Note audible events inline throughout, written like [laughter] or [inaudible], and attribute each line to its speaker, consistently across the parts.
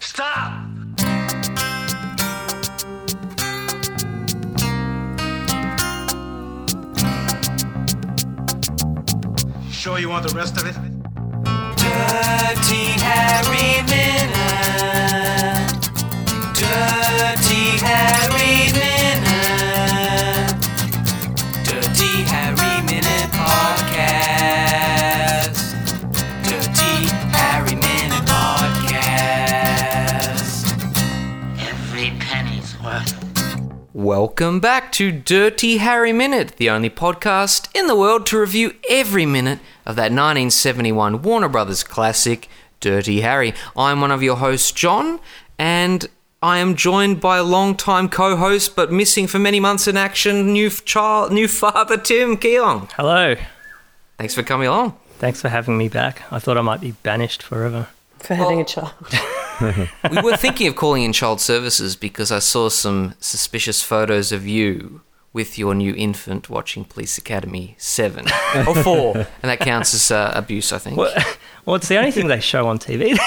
Speaker 1: Stop! Sure you want the rest of it?
Speaker 2: Dirty Harry Minute. Dirty Harry Minute. Dirty Harry Minute Podcast. Dirty Harry Minute Podcast.
Speaker 3: Every penny's worth.
Speaker 2: Welcome back to Dirty Harry Minute, the only podcast in the world to review every minute of that 1971 Warner Brothers classic, Dirty Harry. I'm one of your hosts, John, and I am joined by a longtime co-host, but missing for many months in action, new f- child, new father, Tim Keelong.
Speaker 4: Hello.
Speaker 2: Thanks for coming along.
Speaker 4: Thanks for having me back. I thought I might be banished forever.
Speaker 5: for having a child.
Speaker 2: We were thinking of calling in child services because I saw some suspicious photos of you with your new infant watching Police Academy
Speaker 4: [laughs]
Speaker 2: 7 or 4, and that counts as uh, abuse, I think.
Speaker 4: [laughs] Well, it's the only thing they show on TV [laughs]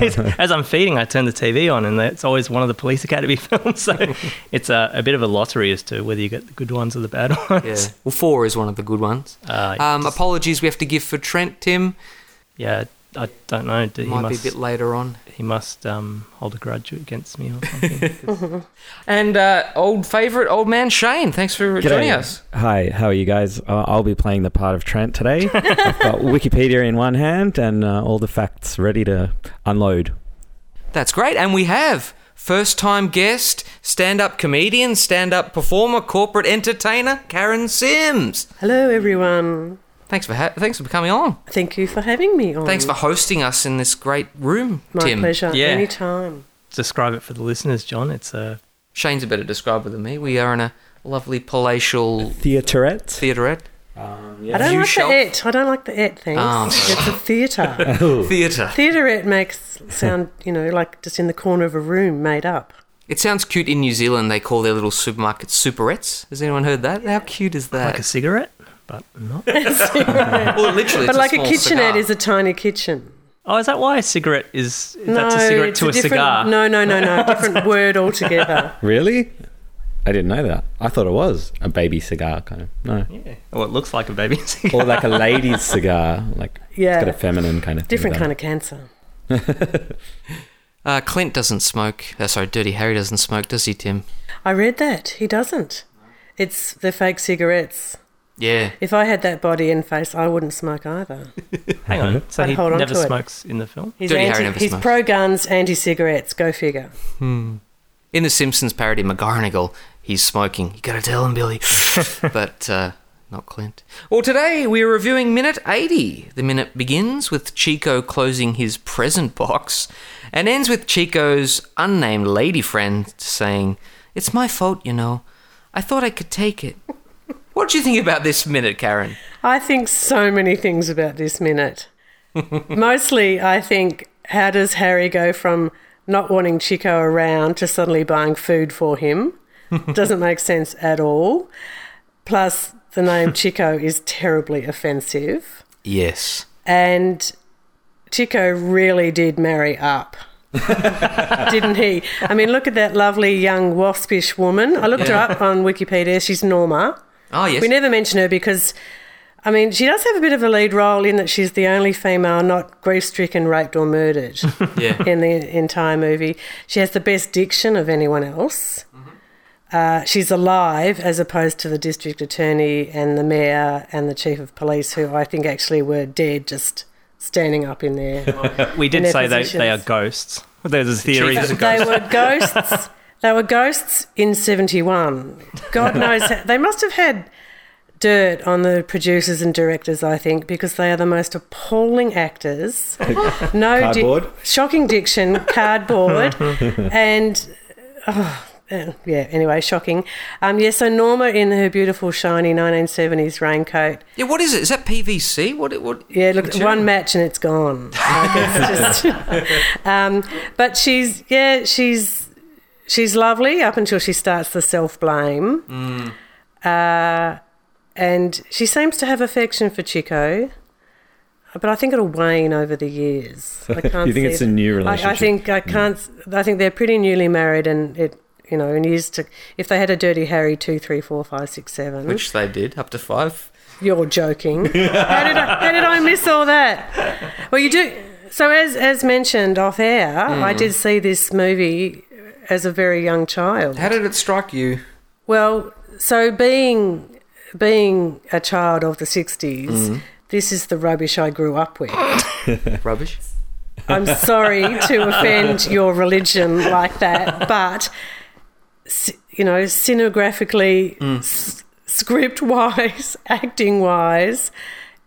Speaker 2: [laughs]
Speaker 4: these days. As I'm feeding, I turn the TV on, and it's always one of the Police Academy [laughs] films.
Speaker 2: [laughs]
Speaker 4: So it's a, a bit of a lottery as to whether you get the good ones or the bad [laughs]
Speaker 2: Yeah.
Speaker 4: ones.
Speaker 2: Well, 4 is one of the good ones.
Speaker 4: Uh,
Speaker 2: Um, apologies we have to give for Trent, Tim.
Speaker 4: yeah, I don't know. He
Speaker 2: Might
Speaker 4: must,
Speaker 2: be a bit later on.
Speaker 4: he must um, hold a grudge against
Speaker 2: [laughs]
Speaker 4: me or something.
Speaker 2: And uh, old favourite, old man Shane. Thanks for joining us.
Speaker 6: Hi, how are you guys? Uh, I'll be playing the part of
Speaker 5: [laughs]
Speaker 6: Trent today. I've got Wikipedia in one hand and uh, all the facts ready to unload.
Speaker 2: That's great. And we have first time guest, stand up comedian, stand up performer, corporate entertainer, Karen Sims.
Speaker 5: Hello, everyone.
Speaker 2: Thanks for ha- thanks for coming on.
Speaker 5: Thank you for having me on.
Speaker 2: Thanks for hosting us in this great room,
Speaker 5: My
Speaker 2: Tim.
Speaker 5: pleasure.
Speaker 4: Yeah.
Speaker 5: Anytime.
Speaker 4: Describe it for the listeners, John. It's a
Speaker 2: Shane's a better describer than me. We are in a lovely palatial
Speaker 6: Theaterette.
Speaker 2: theaterette.
Speaker 6: Um,
Speaker 5: I don't
Speaker 2: You
Speaker 5: like
Speaker 2: shall-
Speaker 5: the et. I don't like the et. Thanks.
Speaker 2: Ah, sorry.
Speaker 5: it's a
Speaker 2: [laughs]
Speaker 5: theatre.
Speaker 2: Theatre.
Speaker 5: Theaterette makes sound, you know, like just in the corner of a room made up.
Speaker 2: It sounds cute in New Zealand. They call their little supermarkets superettes. Has anyone heard that? How cute is that?
Speaker 4: like a cigarette, but
Speaker 2: [laughs]
Speaker 4: not.
Speaker 2: well, literally,
Speaker 5: but
Speaker 2: it's
Speaker 5: like a,
Speaker 2: small
Speaker 5: kitchenette
Speaker 2: cigar.
Speaker 5: is a tiny kitchen.
Speaker 4: Oh, is that why a cigarette is? that's a cigarette
Speaker 5: it's
Speaker 4: to a,
Speaker 5: different,
Speaker 4: cigar.
Speaker 5: No, no, no,
Speaker 2: [laughs]
Speaker 5: no. Different word altogether.
Speaker 6: Really? I didn't know that. I thought it was a baby cigar, kind of. No.
Speaker 4: Well, it looks like a baby [laughs] cigar.
Speaker 6: Or like
Speaker 5: [laughs]
Speaker 6: a lady's cigar. Like,
Speaker 5: Yeah.
Speaker 6: it's got a feminine kind of
Speaker 5: Different kind of cancer.
Speaker 2: Uh, Clint doesn't smoke. Uh, sorry, Dirty Harry doesn't smoke, does he, Tim?
Speaker 5: I read that. He doesn't. It's the fake cigarettes.
Speaker 2: Yeah.
Speaker 5: If I had that body and face, I wouldn't smoke either.
Speaker 4: Hang on. So
Speaker 5: I'd
Speaker 4: he
Speaker 5: hold on
Speaker 4: never
Speaker 5: to it.
Speaker 4: smokes in the film.
Speaker 5: He's,
Speaker 2: Dirty Harry
Speaker 5: anti,
Speaker 2: never
Speaker 5: he's
Speaker 2: smokes.
Speaker 5: pro guns, anti cigarettes. Go figure.
Speaker 2: In the Simpsons parody, McGarnagle, he's smoking. You gotta tell him, Billy. but uh, not Clint. Well, today we're reviewing minute 80. The minute begins with Chico closing his present box and ends with Chico's unnamed lady friend saying, It's my fault, you know. I thought I could take it. what do you think about this minute, Karen?
Speaker 5: I think so many things about
Speaker 2: [laughs]
Speaker 5: this minute. Mostly, I think, how does Harry go from not wanting Chico around to suddenly buying food
Speaker 2: [laughs]
Speaker 5: for him? Doesn't make sense at all. Plus,
Speaker 2: [laughs]
Speaker 5: the name Chico is terribly offensive.
Speaker 2: Yes.
Speaker 5: and Chico really did marry
Speaker 2: [laughs]
Speaker 5: up. Didn't he? I mean, look at that lovely young waspish woman. I looked her up on Wikipedia. She's Norma.
Speaker 2: Oh, yes.
Speaker 5: We never mention her because, I mean, she does have a bit of a lead role in that she's the only female not grief stricken, raped, or murdered
Speaker 2: [laughs] Yeah.
Speaker 5: in the entire movie. She has the best diction of anyone else.
Speaker 2: Mm-hmm.
Speaker 5: Uh, she's alive as opposed to the district attorney and the mayor and the chief of police, who I think actually were dead just standing up in
Speaker 2: [laughs]
Speaker 5: there.
Speaker 4: We did
Speaker 5: their
Speaker 4: say they,
Speaker 5: positions.
Speaker 4: they are ghosts. There's a theory.
Speaker 2: Chief is a
Speaker 5: they were ghosts. They were ghosts in 71. God knows. How, they must have had dirt on the producers and directors, I think, because they are the most appalling actors. No di-
Speaker 6: Cardboard?
Speaker 5: shocking diction, cardboard, and. Oh, uh, yeah, anyway, shocking. Um, yeah, so Norma in her beautiful, shiny 1970s raincoat.
Speaker 2: Yeah, what is it? Is that PVC? What? what
Speaker 5: Yeah, look,
Speaker 2: Sure.
Speaker 5: one match and it's
Speaker 6: [laughs]
Speaker 5: gone. Like, it's just- um, but she's yeah, she's she's lovely up until she starts the self blame,
Speaker 6: Mm.
Speaker 5: uh, and she seems to have affection for Chico. but I think it'll wane over the
Speaker 6: [laughs]
Speaker 5: years. I can't
Speaker 6: You think
Speaker 5: see
Speaker 6: it's
Speaker 5: it.
Speaker 6: a
Speaker 5: I,
Speaker 6: new
Speaker 5: I
Speaker 6: relationship? Mm.
Speaker 5: think I can't. s- I think they're pretty newly married, and it you know, and used to. If they had a dirty Harry two, three, four, five, six, seven,
Speaker 2: which they did up to five.
Speaker 5: you're joking. how, did I, how did I miss all that? Well, you do. So as as mentioned off air, I did see this movie as a very young child.
Speaker 2: How did it strike you?
Speaker 5: Well, so being being a child of the 60s, this is the rubbish I grew up with.
Speaker 2: Rubbish.
Speaker 5: I'm sorry to offend your religion like that, but s- you know, cinegraphically, s- script-wise, [laughs] acting-wise,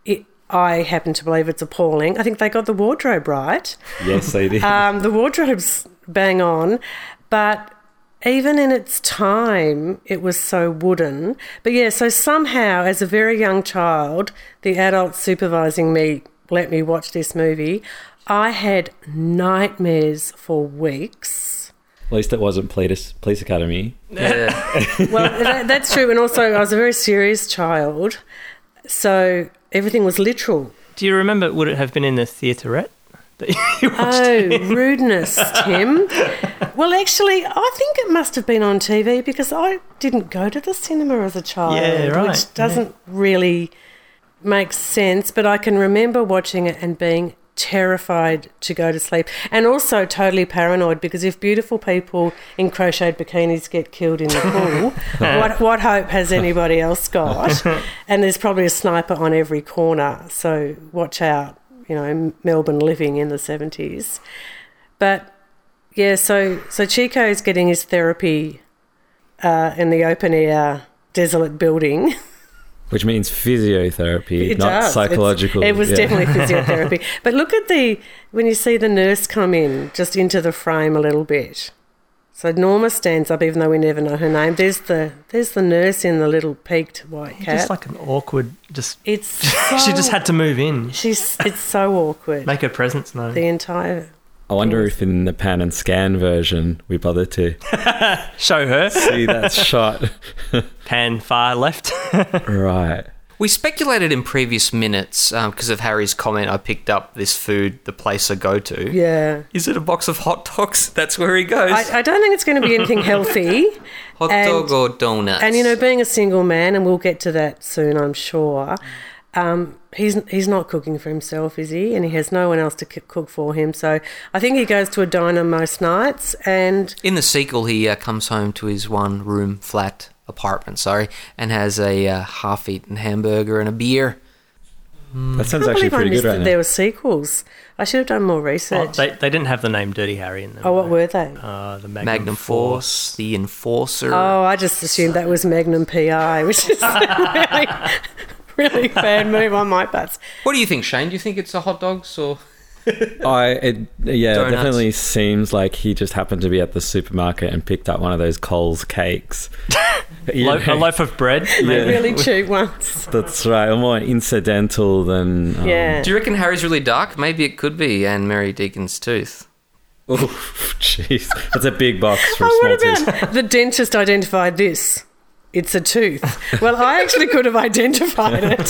Speaker 5: it, I happen to believe it's appalling. I think they got the wardrobe right.
Speaker 6: [laughs] Yes, they did.
Speaker 5: Um, the wardrobe's bang on, but even in its time, it was so wooden. But yeah, so somehow, as a very young child, the adult supervising me let me watch this movie. I had nightmares for weeks.
Speaker 6: At least it wasn't Police, Police Academy.
Speaker 2: Yeah.
Speaker 5: Well, [laughs] that, that's true. And also, I was a very serious child. So everything was literal.
Speaker 4: Do you remember? Would it have been in the theaterette that [laughs] you watched?
Speaker 5: Oh, rudeness, Tim. Well, actually, I think it must have been on TV because I didn't go to the cinema as a child,
Speaker 4: Yeah, right,
Speaker 5: which doesn't really make sense. But I can remember watching it and being terrified to go to sleep and also totally paranoid because if beautiful people in crocheted bikinis get killed
Speaker 4: [laughs]
Speaker 5: in the pool what, what hope has anybody
Speaker 4: [laughs]
Speaker 5: else got and there's probably a sniper on every corner so watch out you know melbourne living in the 70s but yeah, so so Chico is getting his therapy uh, in the open air, desolate building.
Speaker 6: Which means physiotherapy,
Speaker 5: It
Speaker 6: not
Speaker 5: does. It's-
Speaker 6: psychological.
Speaker 5: it was
Speaker 6: yeah. [laughs]
Speaker 5: definitely physiotherapy. But look at the when you see the nurse come in, just into the frame a little bit. So Norma stands up, even though we never know her name. There's the there's the nurse in the little peaked white cap.
Speaker 4: Just like an awkward. Just
Speaker 5: it's
Speaker 4: [laughs]
Speaker 5: so,
Speaker 4: she just had to move in,
Speaker 5: she's it's so awkward.
Speaker 4: make her presence known.
Speaker 5: the entire
Speaker 6: I wonder if in the pan and scan version we bothered to
Speaker 4: Show her
Speaker 5: [laughs]
Speaker 6: see that shot.
Speaker 4: pan far left. Oh,
Speaker 6: Right.
Speaker 2: We speculated in previous minutes because of Harry's comment. I picked up this food, the place I go to.
Speaker 5: yeah.
Speaker 2: Is it a box of hot dogs? [laughs] That's where he goes.
Speaker 5: I, I don't think it's going to
Speaker 4: [laughs]
Speaker 5: be anything healthy.
Speaker 2: hot
Speaker 5: and-
Speaker 2: dog or donuts?
Speaker 5: And you know, being a single man, and we'll get to that soon, I'm sure. Um, he's he's not cooking for himself, is he? And he has no one else to c- cook for him. So I think he goes to a diner most nights, and
Speaker 2: In the sequel, he uh, comes home to his one room flat apartment, sorry, and has a uh, half eaten hamburger and a beer.
Speaker 6: That sounds
Speaker 5: I
Speaker 6: actually
Speaker 5: believe I
Speaker 6: pretty
Speaker 5: missed
Speaker 6: good right
Speaker 5: that there
Speaker 6: now.
Speaker 5: were sequels. I should have done more
Speaker 4: Oh,
Speaker 5: research. Oh,
Speaker 4: they, they didn't have the name Dirty Harry in them.
Speaker 5: what were they?
Speaker 4: Uh, the Magnum,
Speaker 2: Magnum Force, The Enforcer.
Speaker 5: Oh, I just assumed that was Magnum PI, which is [laughs] a really, really bad move on my part.
Speaker 2: What do you think, Shane? Do you think it's a hot dogs or. [laughs]
Speaker 6: I it, yeah,
Speaker 2: Donuts.
Speaker 6: it definitely seems like he just happened to be at the supermarket and picked up one of those Coles
Speaker 5: [laughs]
Speaker 6: cakes. You
Speaker 4: Lo- a
Speaker 6: know,
Speaker 4: loaf of bread.
Speaker 6: Yeah.
Speaker 4: [laughs]
Speaker 5: Really cheap ones.
Speaker 6: that's right. More incidental than um,
Speaker 5: Yeah.
Speaker 2: Do you reckon Harry's really dark? Maybe it could be, and Mary Deacon's tooth.
Speaker 6: [laughs] Oof, jeez, that's a
Speaker 5: [laughs]
Speaker 6: big box for a
Speaker 5: Oh,
Speaker 6: small
Speaker 5: what
Speaker 6: tooth. [laughs]
Speaker 5: about the dentist identified this? It's a tooth. Well, I actually could have identified it.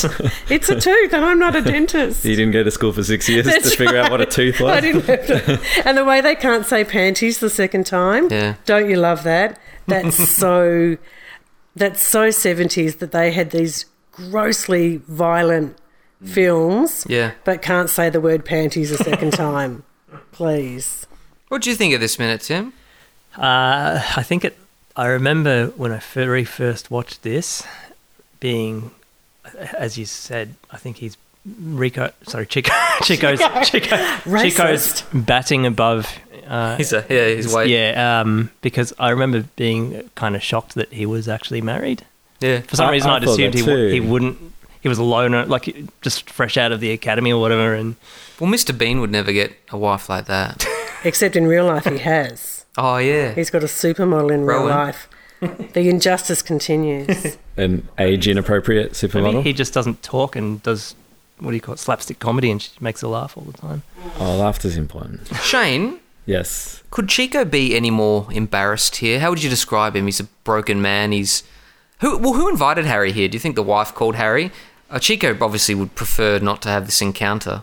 Speaker 5: It's a tooth, and I'm not a dentist.
Speaker 6: He didn't go to school for six years
Speaker 5: That's
Speaker 6: to figure out what a tooth was.
Speaker 5: [laughs] I didn't have to. And the way they can't say panties the second time.
Speaker 2: Yeah.
Speaker 5: Don't you love that?
Speaker 6: [laughs]
Speaker 5: That's so. That's so 70s that they had these grossly violent films,
Speaker 2: Yeah.
Speaker 5: but can't say the word panties a
Speaker 6: [laughs]
Speaker 5: second time. Please.
Speaker 2: What do you think of this minute, Tim?
Speaker 4: Uh, I think it. I remember when I very first watched this, being, as you said, I think he's Rico. Sorry, Chico. [laughs] Chico's Chico. Chico's
Speaker 5: Racist.
Speaker 4: batting above. Uh,
Speaker 2: He's a, yeah, his weight.
Speaker 4: yeah, um, because I remember being kind of shocked that he was actually married.
Speaker 2: yeah.
Speaker 4: For some
Speaker 6: I-
Speaker 4: reason,
Speaker 6: I
Speaker 4: I'd
Speaker 6: thought
Speaker 4: assumed
Speaker 6: that
Speaker 4: he w-
Speaker 6: too.
Speaker 4: he wouldn't. He was a loner, like just fresh out of the academy or whatever, and
Speaker 2: Well, Mr. Bean would never get a wife like that.
Speaker 5: Except in real life, he has.
Speaker 2: Oh, yeah.
Speaker 5: He's got a supermodel in real
Speaker 2: Rowan.
Speaker 5: life. The injustice continues.
Speaker 6: An age inappropriate
Speaker 4: maybe
Speaker 6: supermodel.
Speaker 4: he just doesn't talk and does what do you call it, slapstick comedy, and she makes her laugh all the time.
Speaker 6: oh, laughter's important.
Speaker 2: Shane,
Speaker 6: Yes.
Speaker 2: could Chico be any more embarrassed here? How would you describe him? He's a broken man. He's who? Well, who invited Harry here? Do you think the wife called Harry? Uh, Chico obviously would prefer not to have this encounter.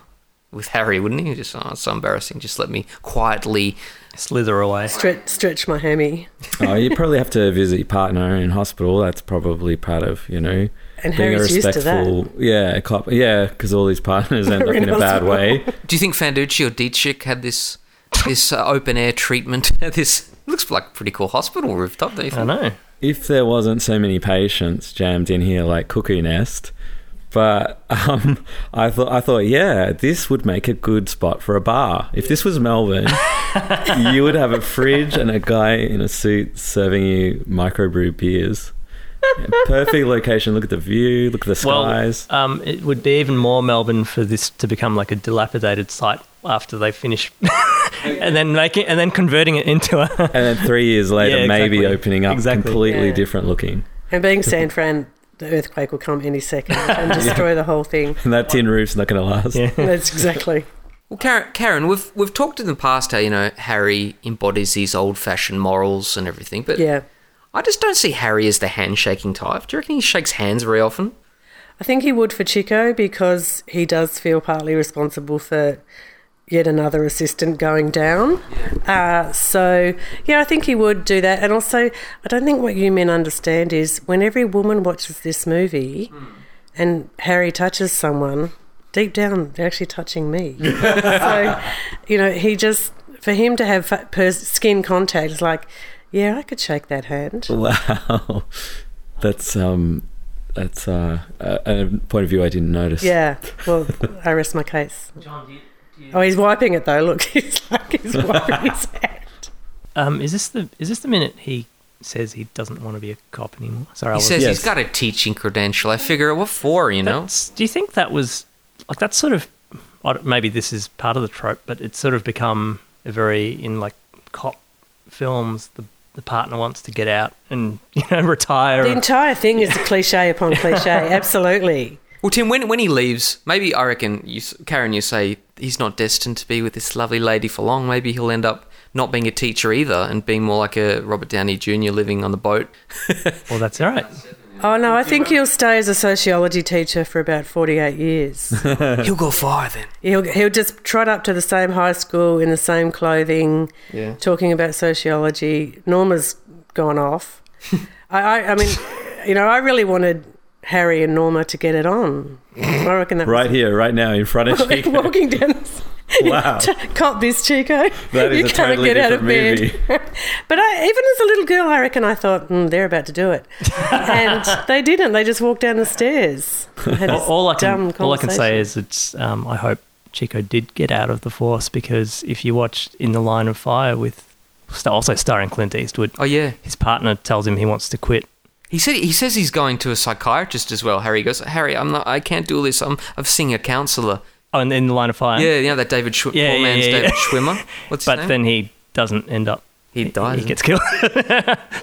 Speaker 2: with Harry, wouldn't he? Just, oh, it's so embarrassing. Just let me quietly.
Speaker 4: Slither away.
Speaker 5: Stretch, stretch my hammy.
Speaker 6: oh, you probably have to visit your partner in hospital. That's probably part of you know
Speaker 5: And Harry's used to that.
Speaker 6: yeah, cop, yeah, because all these partners end
Speaker 5: [laughs] We're
Speaker 6: up in,
Speaker 5: in
Speaker 6: a bad
Speaker 5: hospital.
Speaker 6: way.
Speaker 2: Do you think Fanducci or Dietrich had this this uh, open air treatment? [laughs] at this looks like a pretty cool hospital rooftop, don't you
Speaker 4: I
Speaker 2: think?
Speaker 4: know.
Speaker 6: If there wasn't so many patients jammed in here like cuckoo nest, but um, I thought I thought yeah, this would make a good spot for a bar. If this was
Speaker 5: [laughs]
Speaker 6: Melbourne, you would have a fridge and a guy in a suit serving you microbrew beers. Yeah, perfect location. Look at the view. Look at the skies.
Speaker 4: Well, um, it would be even more Melbourne for this to become like a dilapidated site after they finish, [laughs] and then making and then converting it into a. [laughs]
Speaker 6: And then three years later,
Speaker 4: Yeah,
Speaker 6: maybe
Speaker 4: exactly.
Speaker 6: opening up
Speaker 4: Exactly.
Speaker 6: completely
Speaker 5: Yeah.
Speaker 6: different looking.
Speaker 5: And being San Fran, the earthquake will come any second and destroy the whole thing.
Speaker 6: And that tin roof's not going to last.
Speaker 4: Yeah.
Speaker 5: That's exactly.
Speaker 2: Well, Karen, Karen, we've we've talked in the past how you know Harry embodies these old fashioned morals and everything, but
Speaker 5: Yeah.
Speaker 2: I just don't see Harry as the handshaking type. Do you reckon he shakes hands very often?
Speaker 5: I think he would for Chico because he does feel partly responsible for yet another assistant going down. Uh, so, yeah, I think he would do that. And also, I don't think what you men understand is when every woman watches this movie and Harry touches someone, deep down, they're actually touching me. so, you know, he just, for him to have fa- pers- skin contact is like, yeah, I could shake that hand.
Speaker 6: [laughs] Wow. That's um, that's uh, a, a point of view I didn't notice.
Speaker 5: Yeah, well, I rest my case. Oh, he's wiping it though. Look, [laughs] he's like he's
Speaker 2: [laughs]
Speaker 5: wiping his hand.
Speaker 4: Um, is this the is this the minute he says he doesn't want to be a cop anymore? Sorry, I
Speaker 2: He
Speaker 4: was.
Speaker 2: says
Speaker 6: Yes.
Speaker 2: he's got a teaching credential. I figure what for, you know?
Speaker 4: That's- do you think that was like that's sort of I don't- maybe this is part of the trope, but it's sort of become a very in like cop films the the partner wants to get out and [laughs] you know retire.
Speaker 5: The
Speaker 4: and-
Speaker 5: entire thing is a cliche
Speaker 2: [laughs]
Speaker 5: upon cliche. Absolutely.
Speaker 2: Well, Tim, when when he leaves, maybe I reckon you, s- Karen, you say he's not destined to be with this lovely lady for long. Maybe he'll end up not being a teacher either and being more like a Robert Downey Jr. living on the boat.
Speaker 4: well, that's all right.
Speaker 5: Oh no, I think he'll stay as a sociology teacher for about forty-eight years.
Speaker 2: [laughs] He'll go far then.
Speaker 5: He'll he'll just trot up to the same high school in the same clothing,
Speaker 2: Yeah.
Speaker 5: talking about sociology. Norma's
Speaker 2: [laughs]
Speaker 5: gone off. I, I I mean, you know, I really wanted Harry and Norma to get it on. I reckon that was
Speaker 6: Right here, right now, in front
Speaker 5: [laughs]
Speaker 6: of
Speaker 5: Like
Speaker 6: Chico.
Speaker 5: walking
Speaker 2: [laughs]
Speaker 5: down. the-
Speaker 6: [laughs] Wow.
Speaker 5: [laughs] Cop this, Chico.
Speaker 6: That is a totally different
Speaker 5: [laughs] but I, even as a little girl, I reckon I thought mm, they're about to do it, and
Speaker 6: [laughs]
Speaker 5: they didn't. They just walked down the stairs. Had
Speaker 4: All,
Speaker 5: this
Speaker 4: all I can
Speaker 5: dumb
Speaker 4: all I can say
Speaker 5: conversation. [laughs]
Speaker 4: is it's. Um, I hope Chico did get out of the force because if you watch In the Line of Fire with st- also starring Clint Eastwood,
Speaker 2: Oh yeah.
Speaker 4: his partner tells him he wants to quit.
Speaker 2: He said he says he's going to a psychiatrist as well. Harry goes, Harry, I'm not. I can't do all this. I'm. I'm seeing a counselor.
Speaker 4: Oh, and In the Line of Fire,
Speaker 2: Yeah, you know that David Schw-
Speaker 4: Yeah,
Speaker 2: poor
Speaker 4: yeah,
Speaker 2: man's
Speaker 4: yeah,
Speaker 2: David
Speaker 4: yeah. [laughs]
Speaker 2: Schwimmer. What's his
Speaker 4: but
Speaker 2: name?
Speaker 4: then he doesn't end up.
Speaker 2: He dies,
Speaker 4: He gets killed. [laughs]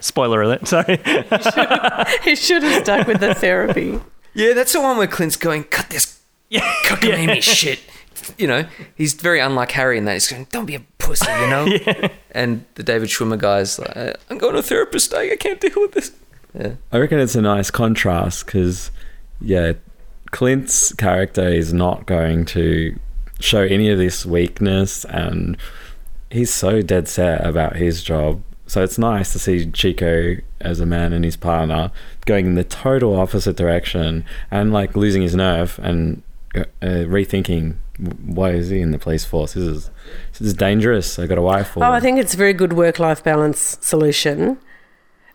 Speaker 4: Spoiler alert. Sorry.
Speaker 5: he should have stuck with the therapy.
Speaker 2: yeah, that's the one where Clint's going, cut this
Speaker 4: [laughs] Yeah.
Speaker 2: cockamamie
Speaker 4: [laughs]
Speaker 2: shit. You know, he's very unlike Harry in that he's going, don't be a pussy, you
Speaker 4: [laughs]
Speaker 2: know. And the David Schwimmer guy's like, "Uh, I'm going to a therapist. I I can't deal with this.
Speaker 6: I reckon it's a nice contrast because, yeah, Clint's character is not going to show any of this weakness and he's so dead set about his job. So it's nice to see Chico as a man and his partner going in the total opposite direction and like losing his nerve and uh, uh, rethinking why is he in the police force? This is, this is dangerous. I got a wife. Or,
Speaker 5: Oh, I think it's a very good work-life balance solution,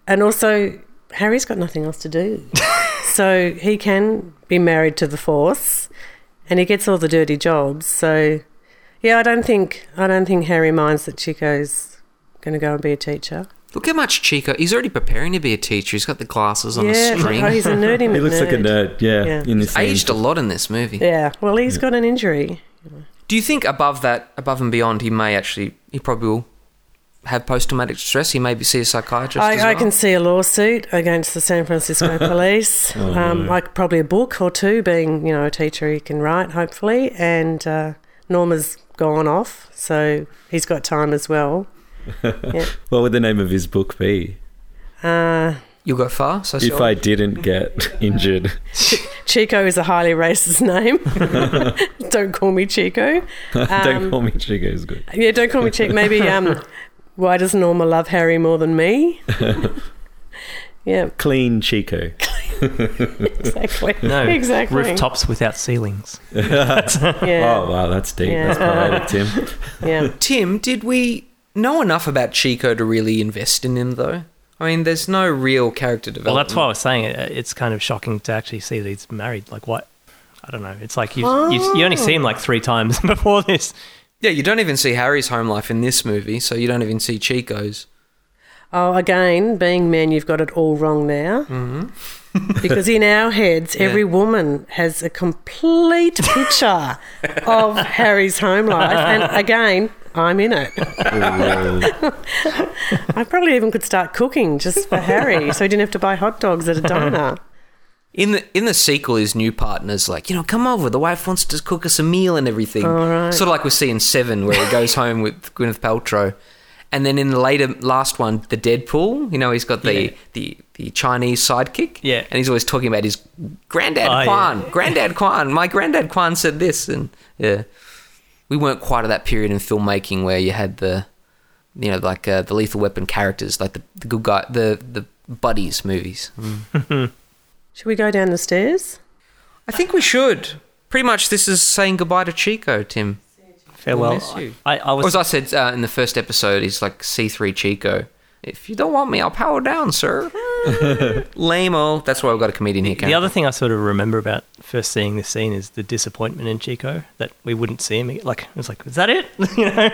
Speaker 5: and also Harry's got nothing else to do,
Speaker 2: [laughs]
Speaker 5: so he can be married to the force, and he gets all the dirty jobs. So, yeah, I don't think I don't think Harry minds that Chico's going to go and be a teacher.
Speaker 2: Look how much Chico. He's already preparing to be a teacher. He's got the glasses on
Speaker 5: yeah,
Speaker 2: a string.
Speaker 5: oh, he's a nerdy.
Speaker 6: [laughs] he looks like a nerd. Yeah,
Speaker 5: Yeah.
Speaker 6: in this scene.
Speaker 2: [laughs] Aged a lot in this movie.
Speaker 5: Yeah, well, he's got an injury.
Speaker 2: Do you think above that, above and beyond, he may actually, he probably will have post traumatic stress? He may be see a psychiatrist.
Speaker 5: I,
Speaker 2: as well?
Speaker 5: I can see a lawsuit against the
Speaker 2: [laughs]
Speaker 5: San Francisco police.
Speaker 2: Oh,
Speaker 5: um, like probably a book or two, being you know a teacher he can write, hopefully. And uh, Norma's gone off, so he's got time as well.
Speaker 6: What would the name of his book be?
Speaker 5: Uh,
Speaker 2: You'll go far. So
Speaker 6: If I didn't get [laughs] injured,
Speaker 5: Chico is a highly [laughs]
Speaker 2: [laughs]
Speaker 5: racist name. don't call me Chico. Um,
Speaker 6: Don't call me Chico is good.
Speaker 5: Yeah, don't call me Chico. Maybe um, why does Norma love Harry more than
Speaker 2: [laughs]
Speaker 5: me? [laughs] yeah,
Speaker 6: Clean Chico.
Speaker 5: exactly.
Speaker 4: No,
Speaker 5: [laughs] exactly.
Speaker 4: rooftops without ceilings.
Speaker 5: Yeah,
Speaker 6: Oh wow, that's deep.
Speaker 5: Yeah.
Speaker 6: That's poetic,
Speaker 5: [laughs]
Speaker 6: Tim.
Speaker 5: yeah.
Speaker 2: Tim, did we know enough about Chico to really invest in him, though? I mean, there's no real character
Speaker 4: Well,
Speaker 2: development.
Speaker 4: that's why I was saying it. It's kind of shocking to actually see that he's married. Like, what? I don't know. It's like you you, you only
Speaker 5: Oh.
Speaker 4: see him like three times [laughs] before this.
Speaker 2: Yeah, you don't even see Harry's home life in this movie, so you don't even see Chico's.
Speaker 5: Oh, again, being men, you've got it all wrong now. [laughs] because in our heads, every woman has a complete picture of Harry's home life. And again, I'm in it. I probably even could start cooking just for Harry so he didn't have to buy hot dogs at a diner.
Speaker 2: In the in the sequel, his new partner's like, you know, come over. The wife wants to cook us a meal and everything. Sort of like we see in Seven, where he
Speaker 4: [laughs]
Speaker 2: goes home with Gwyneth Paltrow. And then in the later last one, the Deadpool, you know, he's got the
Speaker 4: Yeah.
Speaker 2: the, the Chinese sidekick.
Speaker 4: Yeah.
Speaker 2: And he's always talking about his granddad
Speaker 4: Oh, yeah.
Speaker 2: Kwan. Granddad Kwan. My granddad Kwan said this. And yeah. We weren't quite at that period in filmmaking where you had the, you know, like uh, the Lethal Weapon characters, like the, the good guy, the, the buddies movies.
Speaker 5: Should we go down the stairs?
Speaker 2: I think we should. Pretty much, this is saying goodbye to Chico, Tim.
Speaker 4: Farewell.
Speaker 2: miss you.
Speaker 4: I, I
Speaker 2: Or as
Speaker 4: was.
Speaker 2: I said uh, in the first episode, he's like C3 Chico. If you don't want me, I'll power down, [laughs] sir. Lame-o. That's why we've got a comedian here.
Speaker 4: The other thing I sort of remember about first seeing this scene is the disappointment in Chico that we wouldn't see him. Like, it was like, is that it? [laughs] you know,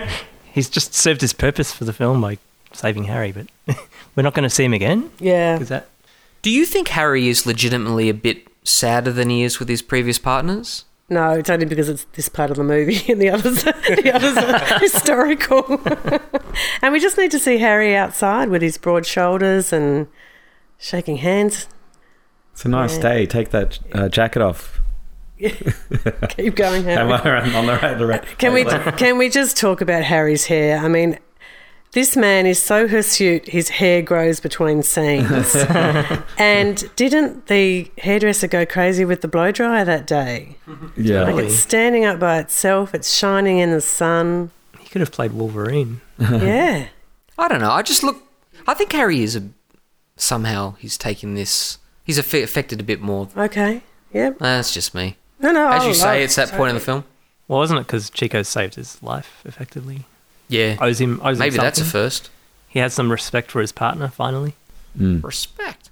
Speaker 4: he's just served his purpose for the film by saving Harry, but [laughs] we're not going to see him again.
Speaker 5: Yeah.
Speaker 4: Is that?
Speaker 2: Do you think Harry is legitimately a bit sadder than he is with his previous partners?
Speaker 5: No, it's only because it's this part of the movie [laughs] and the others, the others are historical. [laughs] and we just need to see Harry outside with his broad shoulders and shaking hands.
Speaker 6: It's a nice day. Take that uh,
Speaker 5: [laughs]
Speaker 6: jacket off.
Speaker 5: Keep going, Harry.
Speaker 6: Am I on the right direction?
Speaker 5: Can we can we just talk about Harry's hair? I mean, this man is so hirsute; his hair grows between scenes. and didn't the hairdresser go crazy with the blow dryer that day?
Speaker 6: Yeah.
Speaker 5: Like it's standing up by itself; it's shining in the sun.
Speaker 4: He could have played Wolverine.
Speaker 5: Yeah,
Speaker 2: I don't know. I just look. I think Harry is a somehow he's taking this. He's affe- affected a bit more.
Speaker 5: okay, yep.
Speaker 2: That's just me.
Speaker 5: No, no. oh,
Speaker 2: As
Speaker 5: I
Speaker 2: you
Speaker 5: love-
Speaker 2: say, it's that point in the film.
Speaker 4: Well, wasn't it because Chico saved his life effectively?
Speaker 2: Yeah.
Speaker 4: Owes him. Owes
Speaker 2: Maybe
Speaker 4: him
Speaker 2: that's a
Speaker 4: something.
Speaker 2: first.
Speaker 4: He has some respect for his partner finally.
Speaker 2: Respect.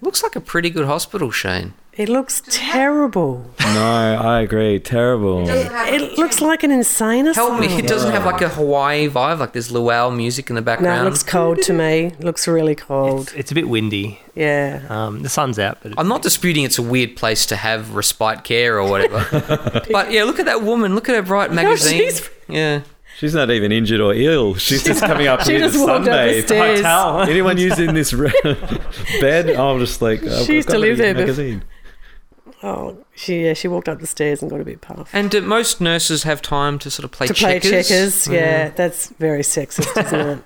Speaker 2: Looks like a pretty good hospital, Shane.
Speaker 5: It looks terrible.
Speaker 6: No, I agree. Terrible.
Speaker 5: It looks like an insane
Speaker 2: Help
Speaker 5: asylum.
Speaker 2: me. It doesn't have like a Hawaii vibe, like there's luau music in the
Speaker 5: No,
Speaker 2: background.
Speaker 5: it looks cold to me.
Speaker 2: [laughs]
Speaker 5: It looks really cold.
Speaker 4: It's, it's a bit windy.
Speaker 5: Yeah.
Speaker 4: Um, the sun's out, but
Speaker 2: I'm not disputing it's a weird place to have respite care or
Speaker 5: [laughs]
Speaker 2: whatever. but yeah, look at that woman. Look at her bright magazine.
Speaker 5: she's-
Speaker 2: Yeah.
Speaker 6: She's not even injured or ill. She's just coming up
Speaker 5: She
Speaker 6: here
Speaker 5: just
Speaker 6: to
Speaker 5: walked up the
Speaker 6: Sunday.
Speaker 5: stairs.
Speaker 6: [laughs] Anyone using this re- [laughs] bed? I'm just like. oh, I've
Speaker 5: She used
Speaker 6: got
Speaker 5: to live
Speaker 6: it in
Speaker 5: there bef-
Speaker 6: Magazine.
Speaker 5: Oh, she yeah, she walked up the stairs and got a bit puffed.
Speaker 2: And do most nurses have time to sort of play
Speaker 5: to play
Speaker 2: checkers?
Speaker 5: checkers. Yeah, that's very sexist, isn't it?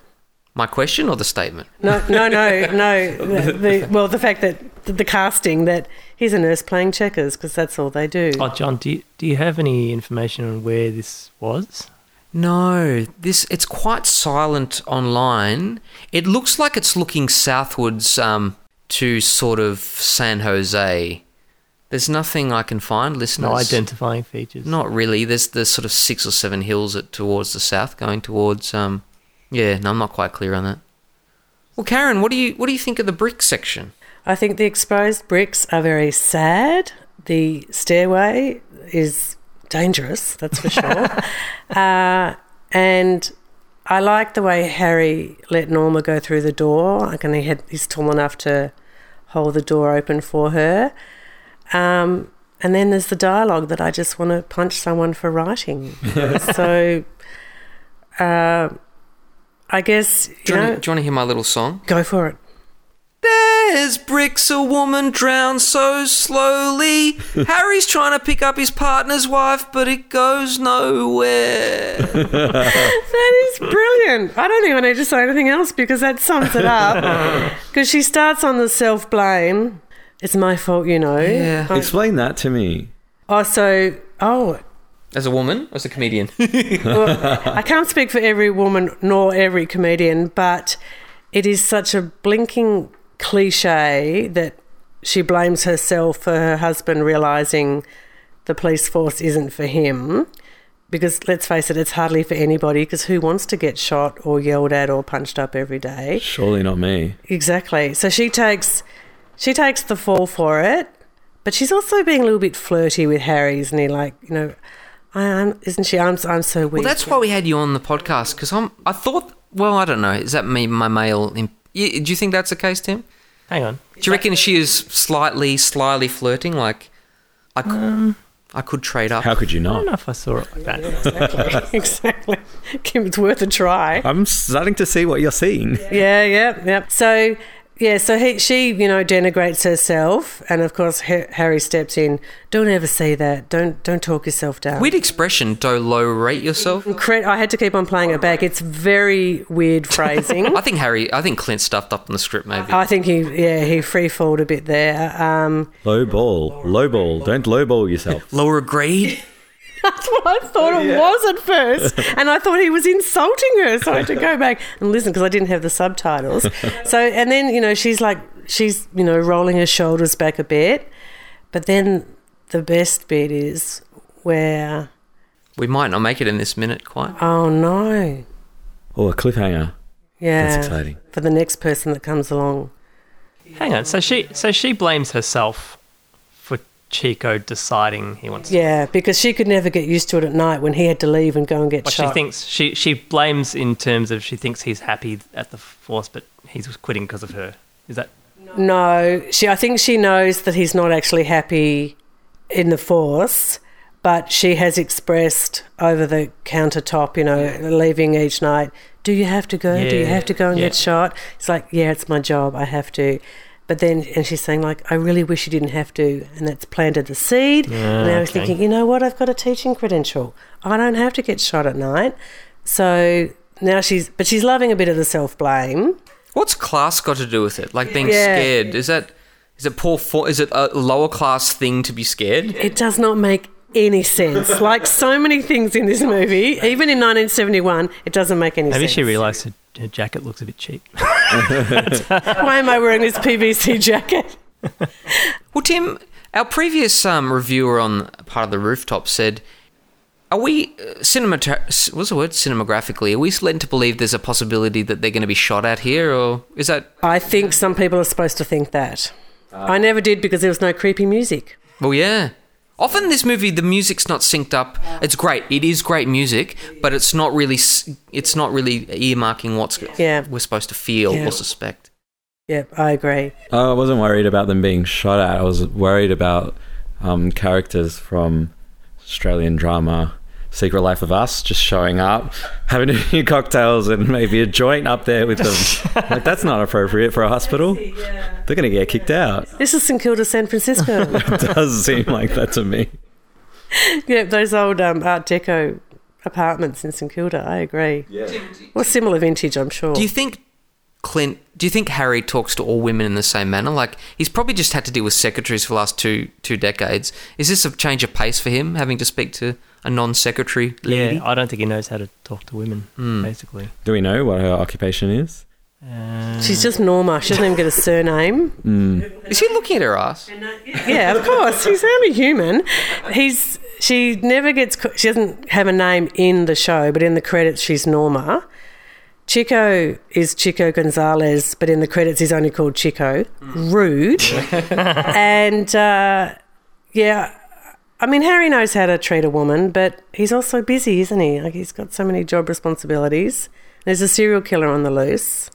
Speaker 2: My question or the statement?
Speaker 5: No, no, no, no. The, the, well, the fact that the, the casting that he's a nurse playing checkers because that's all they do.
Speaker 4: [laughs] Oh, John, do you, do you have any information on where this was?
Speaker 2: No, this it's quite silent online. It looks like it's looking southwards um, to sort of San Jose. There's nothing I can find, listeners.
Speaker 4: No identifying features.
Speaker 2: Not really. There's the sort of six or seven hills at, towards the south, going towards. Um, yeah, no, I'm not quite clear on that. Well, Karen, what do you what do you think of the brick section?
Speaker 5: I think the exposed bricks are very sad. The stairway is dangerous, that's for sure. uh, and I like the way Harry let Norma go through the door. Like, and he had, he's tall enough to hold the door open for her. Um, and then there's the dialogue that I just want to punch someone for writing. so uh, I guess, you
Speaker 2: Do you,
Speaker 5: know,
Speaker 2: want, do you want to hear my little song?
Speaker 5: go for it.
Speaker 2: There's bricks, a woman drowns so slowly. [laughs] Harry's trying to pick up his partner's wife, but it goes nowhere.
Speaker 5: That is brilliant. I don't even need to say anything else because that sums it up. Because she starts on the self blame. It's my fault, you know.
Speaker 2: Yeah.
Speaker 5: I-
Speaker 6: Explain that to me.
Speaker 5: oh, so oh,
Speaker 2: [laughs] As a woman, as a comedian.
Speaker 5: I can't speak for every woman nor every comedian, but it is such a blinking cliche that she blames herself for her husband realizing the police force isn't for him. Because let's face it, it's hardly for anybody because who wants to get shot or yelled at or punched up every day?
Speaker 6: Surely not me.
Speaker 5: Exactly. So she takes she takes the fall for it, but she's also being a little bit flirty with Harry, isn't he? Like, you know, I am isn't she? I'm I'm so weak.
Speaker 2: Well,
Speaker 5: [laughs]
Speaker 2: that's why we had you on the podcast because I'm. I thought. Well, I don't know. Is that me? My male. Imp- Y- do you think that's the case, Tim?
Speaker 4: Hang on.
Speaker 2: Do you reckon she is slightly, slyly flirting? Like, I could, I could trade up.
Speaker 6: How could you
Speaker 4: I don't
Speaker 6: not?
Speaker 4: know if I saw it like that.
Speaker 5: exactly. Kim, it's worth a try.
Speaker 6: I'm starting to see what you're seeing.
Speaker 5: Yeah, yeah, yeah. So, yeah, so he, she, you know, denigrates herself, and of course, Ha- Harry steps in. Don't ever say that. Don't don't talk yourself down.
Speaker 2: Weird expression. Do low rate yourself.
Speaker 5: Incre- I had to keep on playing it back. It's very weird
Speaker 2: [laughs]
Speaker 5: phrasing.
Speaker 2: I think Harry. I think Clint stuffed up on the script. Maybe.
Speaker 5: I think he, yeah, he freefalled a bit there. Um,
Speaker 6: Low ball. Low ball. Don't low ball yourself.
Speaker 2: Lower grade.
Speaker 5: that's what I thought it was at first, and I thought he was insulting her, so I had to go back and listen because I didn't have the
Speaker 6: [laughs]
Speaker 5: subtitles. So, and then you know, she's like, she's you know, rolling her shoulders back a bit, but then the best bit is where
Speaker 2: We might not make it in this minute quite.
Speaker 5: oh no,
Speaker 6: [laughs] Oh, a cliffhanger.
Speaker 5: yeah,
Speaker 6: That's exciting.
Speaker 5: for the next person that comes along.
Speaker 4: Hang on. So she so she blames herself for Chico deciding he wants.
Speaker 5: Yeah, because she could never get used to it at night when he had to leave and go and get
Speaker 4: But
Speaker 5: shot.
Speaker 4: she thinks she she blames in terms of she thinks he's happy at the force, but he's quitting because of her. Is that
Speaker 5: No, she. I think she knows that he's not actually happy in the force, but she has expressed over the countertop, you know, leaving each night. Do you have to go? Do you
Speaker 4: Yeah,
Speaker 5: have to go and
Speaker 4: yeah.
Speaker 5: get shot? It's like, yeah, it's my job. I have to. But then, and she's saying like, I really wish you didn't have to, and that's planted the seed. and I was
Speaker 4: okay.
Speaker 5: thinking, you know what? I've got a teaching credential. I don't have to get shot at night. So now she's, but she's loving a bit of the self blame.
Speaker 2: What's class got to do with it? Like being
Speaker 5: Yeah.
Speaker 2: scared. Is that? Is it poor? For, is it a lower class thing to be scared?
Speaker 5: It does not make any sense. like so many things in this movie, even in 1971, it doesn't make any
Speaker 4: maybe
Speaker 5: sense.
Speaker 4: she realised her, her jacket looks a bit cheap? [laughs]
Speaker 5: Why am I wearing this PVC [laughs] jacket?
Speaker 2: Well, Tim, our previous um, reviewer on part of the rooftop said, "Are we uh, cinemat? What's the word? Cinematographically, are we led to believe there's a possibility that they're going to be shot at here, or is that?
Speaker 5: I think some people are supposed to think that. I never did because there was no creepy music.
Speaker 2: Well, yeah. Often this movie, the music's not synced up. It's great. It is great music, but it's not really. s- It's not really earmarking what's
Speaker 5: Yeah.
Speaker 2: we're supposed to feel
Speaker 5: Yeah.
Speaker 2: or suspect.
Speaker 5: Yep, I agree.
Speaker 6: Oh, I wasn't worried about them being shot at. I was worried about um, characters from Australian drama Secret Life of Us just showing up, [laughs] having a few cocktails and maybe a joint up there with [laughs] them. like, that's not appropriate for a hospital. They're going to get kicked [laughs] out.
Speaker 5: This is St Kilda, San Francisco. [laughs]
Speaker 6: It does seem like that to me.
Speaker 5: yep, those old um, Art Deco apartments in St Kilda. I agree. Yeah. Well, similar vintage, I'm sure.
Speaker 2: Do you think Clint? Do you think Harry talks to all women in the same manner? Like he's probably just had to deal with secretaries for the last two two decades. Is this a change of pace for him, having to speak to a non-secretary lady?
Speaker 4: Yeah, I don't think he knows how to talk to women. Basically,
Speaker 6: Do we know what her occupation is?
Speaker 5: She's just Norma. She doesn't even get a surname.
Speaker 2: Is he looking at her ass?
Speaker 5: Yeah, of course. He's only human. He's she never gets ca- she doesn't have a name in the show, but in the credits she's Norma. Chico is Chico Gonzalez, but in the credits he's only called Chico. Rude. and uh, yeah, I mean Harry knows how to treat a woman, but he's also busy, isn't he? Like he's got so many job responsibilities. There's a serial killer on the loose.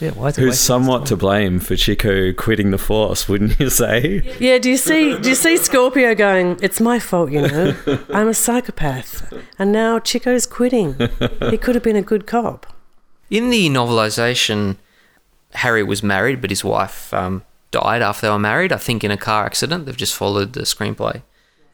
Speaker 4: yeah. Why is it
Speaker 6: Who's somewhat to blame for Chico quitting the force, wouldn't you say?
Speaker 5: Yeah, do you see do you see Scorpio going, It's my fault, you know. I'm a psychopath. And now Chico's quitting. He could have been a good cop.
Speaker 2: In the novelisation, Harry was married, but his wife um, died after they were married. I think in a car accident. They've just followed the screenplay.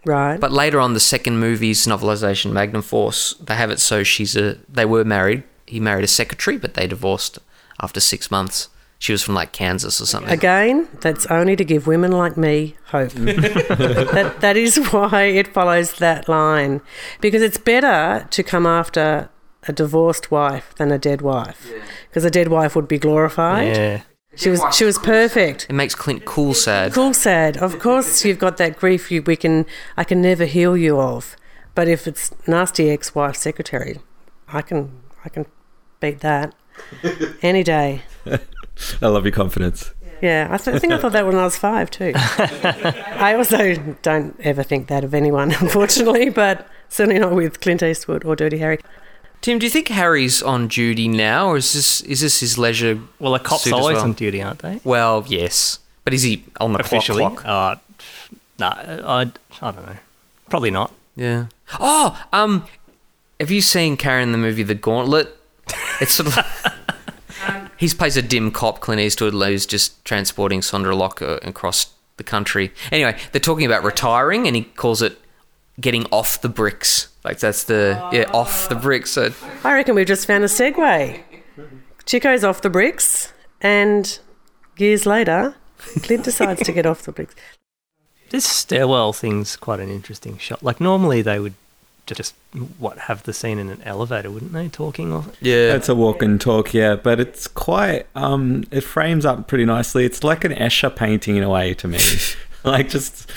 Speaker 5: Right.
Speaker 2: But later on, the second movie's novelisation, Magnum Force, they have it so she's a. They were married. He married a secretary, but they divorced after six months. She was from like Kansas or something.
Speaker 5: Again, that's only to give women like me hope. that, that is why it follows that line. Because it's better to come after a divorced wife than a dead wife. Because a dead wife would be glorified.
Speaker 4: Yeah.
Speaker 5: She was she was perfect.
Speaker 2: It makes Clint cool sad.
Speaker 5: Cool sad. Of course you've got that grief you we can I can never heal you of. But if it's nasty ex wife secretary, I can I can beat that. Any day.
Speaker 6: I love your confidence.
Speaker 5: Yeah, I, th- I think I thought that when I was five too. I also don't ever think that of anyone, unfortunately, but certainly not with Clint Eastwood or Dirty Harry.
Speaker 2: Tim, do you think Harry's on duty now, or is this is this his leisure?
Speaker 4: Well, a cop's
Speaker 2: suit as
Speaker 4: always
Speaker 2: well?
Speaker 4: on duty, aren't they?
Speaker 2: Well, yes, but is he on the clock?
Speaker 4: Officially.
Speaker 2: clock?
Speaker 4: Uh, no, I, I don't know. Probably not.
Speaker 2: Yeah. Oh, um, have you seen Karen the movie The Gauntlet? It's sort of. [laughs] he plays a dim cop, Clint Eastwood, who's just transporting Sondra Locke uh, across the country. Anyway, they're talking about retiring, and he calls it getting off the bricks. Like that's the yeah, off the bricks. So
Speaker 5: I reckon we've just found a segue. Chico's off the bricks, and years later, Clint decides to get off the bricks.
Speaker 4: This stairwell thing's quite an interesting shot. Like normally they would ju- just what have the scene in an elevator, wouldn't they? Talking or
Speaker 2: yeah,
Speaker 6: It's a walk and talk, yeah, but it's quite. Um, it frames up pretty nicely. It's like an Escher painting in a way
Speaker 2: [laughs]
Speaker 6: to me. like just,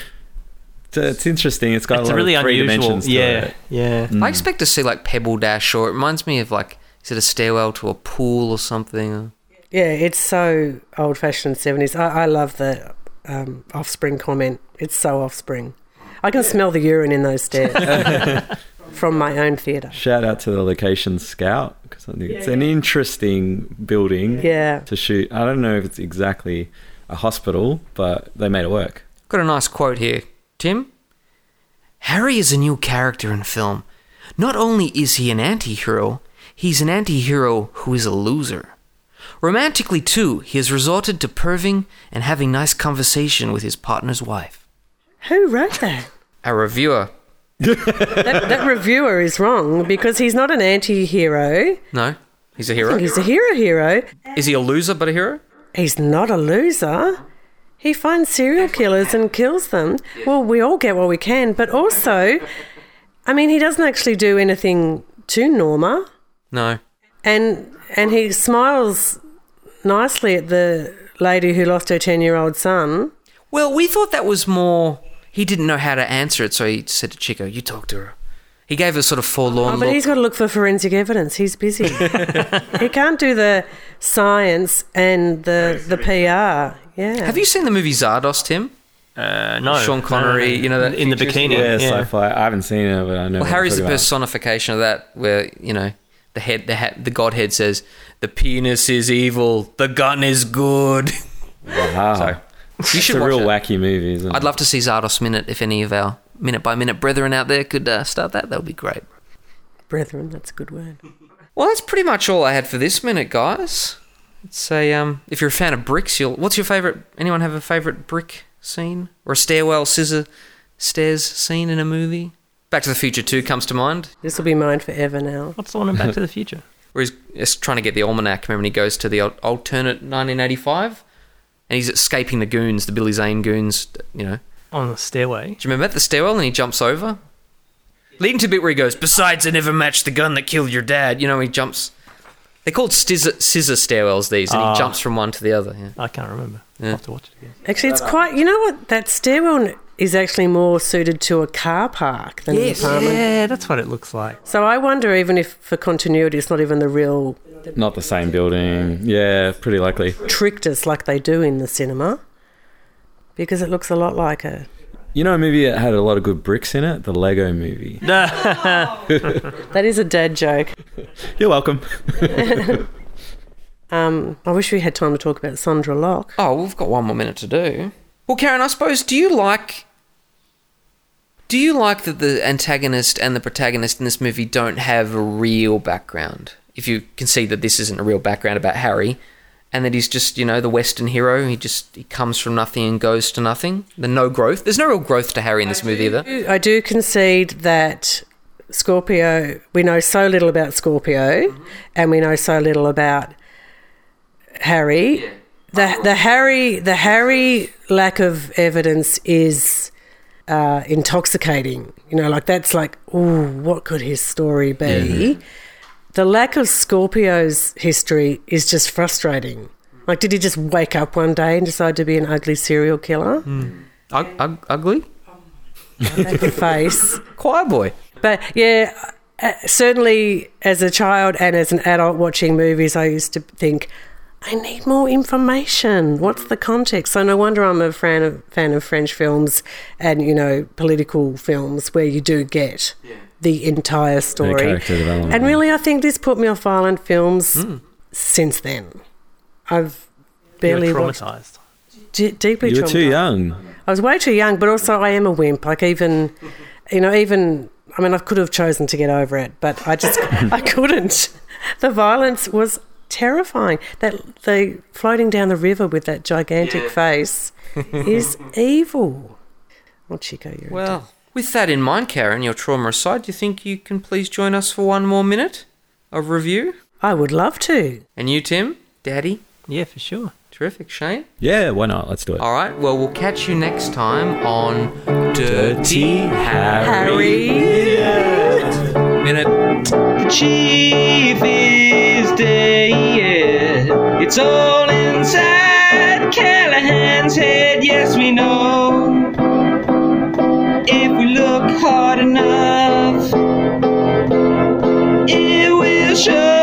Speaker 6: it's interesting. It's got
Speaker 4: it's
Speaker 6: a lot
Speaker 4: a really
Speaker 6: of three
Speaker 4: unusual.
Speaker 6: dimensions. To
Speaker 4: Yeah,
Speaker 6: it. Mm.
Speaker 4: yeah.
Speaker 2: I expect to see like Pebble Dash, or it reminds me of like is it a stairwell to a pool or something?
Speaker 5: Yeah, it's so old fashioned 70s. I, I love the um, offspring comment. It's so offspring. I can smell the urine in those stairs from my own theatre.
Speaker 6: Shout out to the location scout because I think it's an interesting building.
Speaker 5: Yeah.
Speaker 6: To shoot, I don't know if it's exactly a hospital, but they made it work.
Speaker 2: Got a nice quote here, Tim. Harry is a new character in film. Not only is he an anti hero, he's an anti hero who is a loser. Romantically, too, he has resorted to perving and having nice conversation with his partner's wife.
Speaker 5: Who wrote that?
Speaker 2: Our reviewer.
Speaker 5: that? That reviewer is wrong because he's not an anti hero.
Speaker 2: No, he's a
Speaker 5: I
Speaker 2: hero.
Speaker 5: think he's a hero hero.
Speaker 2: Is he a loser but a hero?
Speaker 5: He's not a loser. He finds serial killers and kills them. Well, we all get what we can, but also, I mean, he doesn't actually do anything to Norma.
Speaker 2: No.
Speaker 5: and and he smiles nicely at the lady who lost her 10 year old son
Speaker 2: Well, we thought that was more. He didn't know how to answer it, so he said to Chico, You talk to her. He gave a sort of forlorn
Speaker 5: oh, but
Speaker 2: look.
Speaker 5: he's got to look for forensic evidence he's busy he can't do the science and the the pr yeah
Speaker 2: Have you seen the movie Zardos, Tim?
Speaker 4: Uh, no,
Speaker 2: Sean Connery, you know, that
Speaker 4: in the
Speaker 2: futuristic-
Speaker 4: bikini.
Speaker 6: Yeah,
Speaker 4: Yeah,
Speaker 6: sci-fi. I haven't seen it, but I know.
Speaker 2: Well,
Speaker 6: what you're
Speaker 2: Harry's the
Speaker 6: talking about.
Speaker 2: personification of that, where you know the head, the ha- the godhead says, "The penis is evil, the gun is good." [laughs] You
Speaker 6: Wow. Ah, It's
Speaker 2: should
Speaker 6: a
Speaker 2: watch
Speaker 6: real
Speaker 2: it.
Speaker 6: wacky movie, isn't it?
Speaker 2: I'd love to see Zardos minute. If any of our minute by minute brethren out there could uh, start that, that would be great.
Speaker 5: brethren that's a good word
Speaker 2: Well, that's pretty much all I had for this minute, guys. It's a um, if you're a fan of bricks, you'll. What's your favorite? Anyone have a favorite brick scene or a stairwell, scissor, stairs scene in a movie? Back to the Future Two comes to mind.
Speaker 5: this will be mine forever now
Speaker 4: What's the one in Back
Speaker 6: [laughs]
Speaker 4: to the Future?
Speaker 2: where he's, he's trying to get the almanac. Remember, when he goes to the al- alternate 1985, and he's escaping the goons, the Billy Zane goons. You know,
Speaker 4: On the stairway.
Speaker 2: do you remember that the stairwell? And he jumps over, leading to a bit where he goes. Besides, I never matched the gun that killed your dad. You know, he jumps. They're called scissor, scissor stairwells. These, and
Speaker 4: Ah.
Speaker 2: he jumps from one to the other. Yeah.
Speaker 4: I can't remember. I'll have to watch it again.
Speaker 5: actually it's quite you know what that stairwell is actually more suited to a car park than an apartment
Speaker 4: Yeah, that's what it looks like.
Speaker 5: so i wonder even if for continuity it's not even the real
Speaker 6: Not the same building. Yeah, pretty likely.
Speaker 5: tricked us like they do in the cinema because it looks a lot like a
Speaker 6: You know, a movie that had a lot of good bricks in it, the Lego Movie.
Speaker 5: That is a dad joke.
Speaker 6: You're welcome.
Speaker 5: Um, I wish we had time to talk about Sandra Locke.
Speaker 2: Oh, we've got one more minute to do. Well, Karen, I suppose do you like do you like that the antagonist and the protagonist in this movie don't have a real background? If you can see that this isn't a real background about Harry and that he's just, you know, the western hero, he just he comes from nothing and goes to nothing. The no growth. There's no real growth to Harry in this movie either.
Speaker 5: I do concede that Scorpio, we know so little about Scorpio and we know so little about Harry. the the Harry the Harry lack of evidence is uh, intoxicating. You know, like that's like, ooh, what could his story be? The lack of Scorpio's history is just frustrating. Like, did he just wake up one day and decide to be an ugly serial killer?
Speaker 2: Ug- ug- ugly?
Speaker 5: That face.
Speaker 2: Choir boy.
Speaker 5: But yeah, uh, certainly as a child and as an adult watching movies, I used to think, I need more information. What's the context? So no wonder I'm a fan of, fan of French films and you know political films where you do get the entire story.
Speaker 6: character development.
Speaker 5: And really, I think this put me off violent films since then. I've
Speaker 4: You were
Speaker 5: barely watched
Speaker 4: traumatized.
Speaker 5: d- deeply.
Speaker 6: You were too
Speaker 5: traumatised.
Speaker 6: young.
Speaker 5: I was way too young, but also I am a wimp. Like even, you know, even I mean, I could have chosen to get over it, but I just I couldn't. The violence was terrifying. That the floating down the river with that gigantic face is evil. Well, Chico, you're a
Speaker 2: Well, with that in mind, Karen, your trauma aside, do you think you can please join us for one more minute of review?
Speaker 5: d- I would love to.
Speaker 2: And you, Tim? Daddy?
Speaker 4: Yeah, for sure.
Speaker 2: Terrific. Shane?
Speaker 6: Yeah, why not? Let's do it.
Speaker 2: All right. Well, we'll catch you next time on Dirty Harry.
Speaker 5: Harry.
Speaker 2: Minute.
Speaker 7: Chief is dead. It's all inside Callahan's head, yes, we know. If we look hard enough, it will show.